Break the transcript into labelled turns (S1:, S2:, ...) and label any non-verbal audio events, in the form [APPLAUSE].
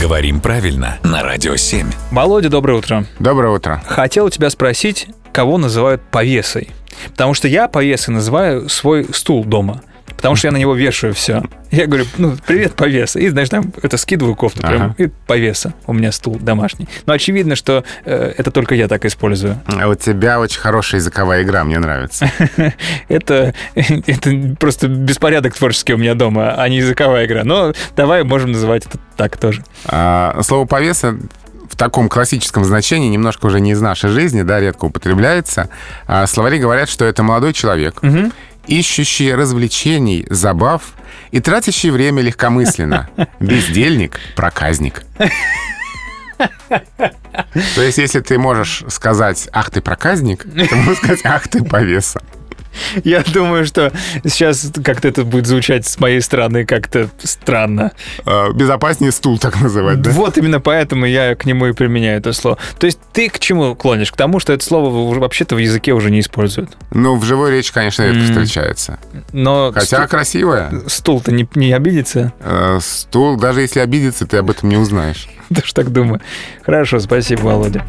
S1: Говорим правильно на Радио 7.
S2: Володя, доброе утро.
S3: Доброе утро.
S2: Хотел у тебя спросить, кого называют повесой. Потому что я повесой называю свой стул дома. Потому что я на него вешаю все. Я говорю, ну, привет, повеса. И, знаешь, там это скидываю кофту прям,
S3: Ага.
S2: и повеса. У меня стул домашний. Но очевидно, что э, это только я так использую.
S3: А У тебя очень хорошая языковая игра, мне нравится.
S2: Это, [LAUGHS] это просто беспорядок творческий у меня дома, а не языковая игра. Но давай можем называть это так тоже.
S3: А, Слово «повеса» в таком классическом значении немножко уже не из нашей жизни, да, редко употребляется. А, Словари говорят, что это молодой человек, ищущий развлечений, забав и тратящий время легкомысленно. Бездельник, проказник. То есть, если ты можешь сказать «Ах, ты проказник», ты можешь сказать «Ах, ты повеса».
S2: Я думаю, что сейчас как-то это будет звучать с моей стороны как-то странно.
S3: А, Безопаснее стул так называть, да?
S2: Вот именно поэтому я к нему и применяю это слово. То есть ты к чему клонишь? К тому, что это слово в- вообще-то в языке уже не используют.
S3: Ну, в живой речи, конечно, редко встречается.
S2: Но
S3: Хотя
S2: сту-
S3: красивая.
S2: стул-то не, не обидится, [LAUGHS]
S3: Э, Стул, даже если обидится, ты об этом не узнаешь.
S2: ты ж так думаю. Хорошо, спасибо, Володя.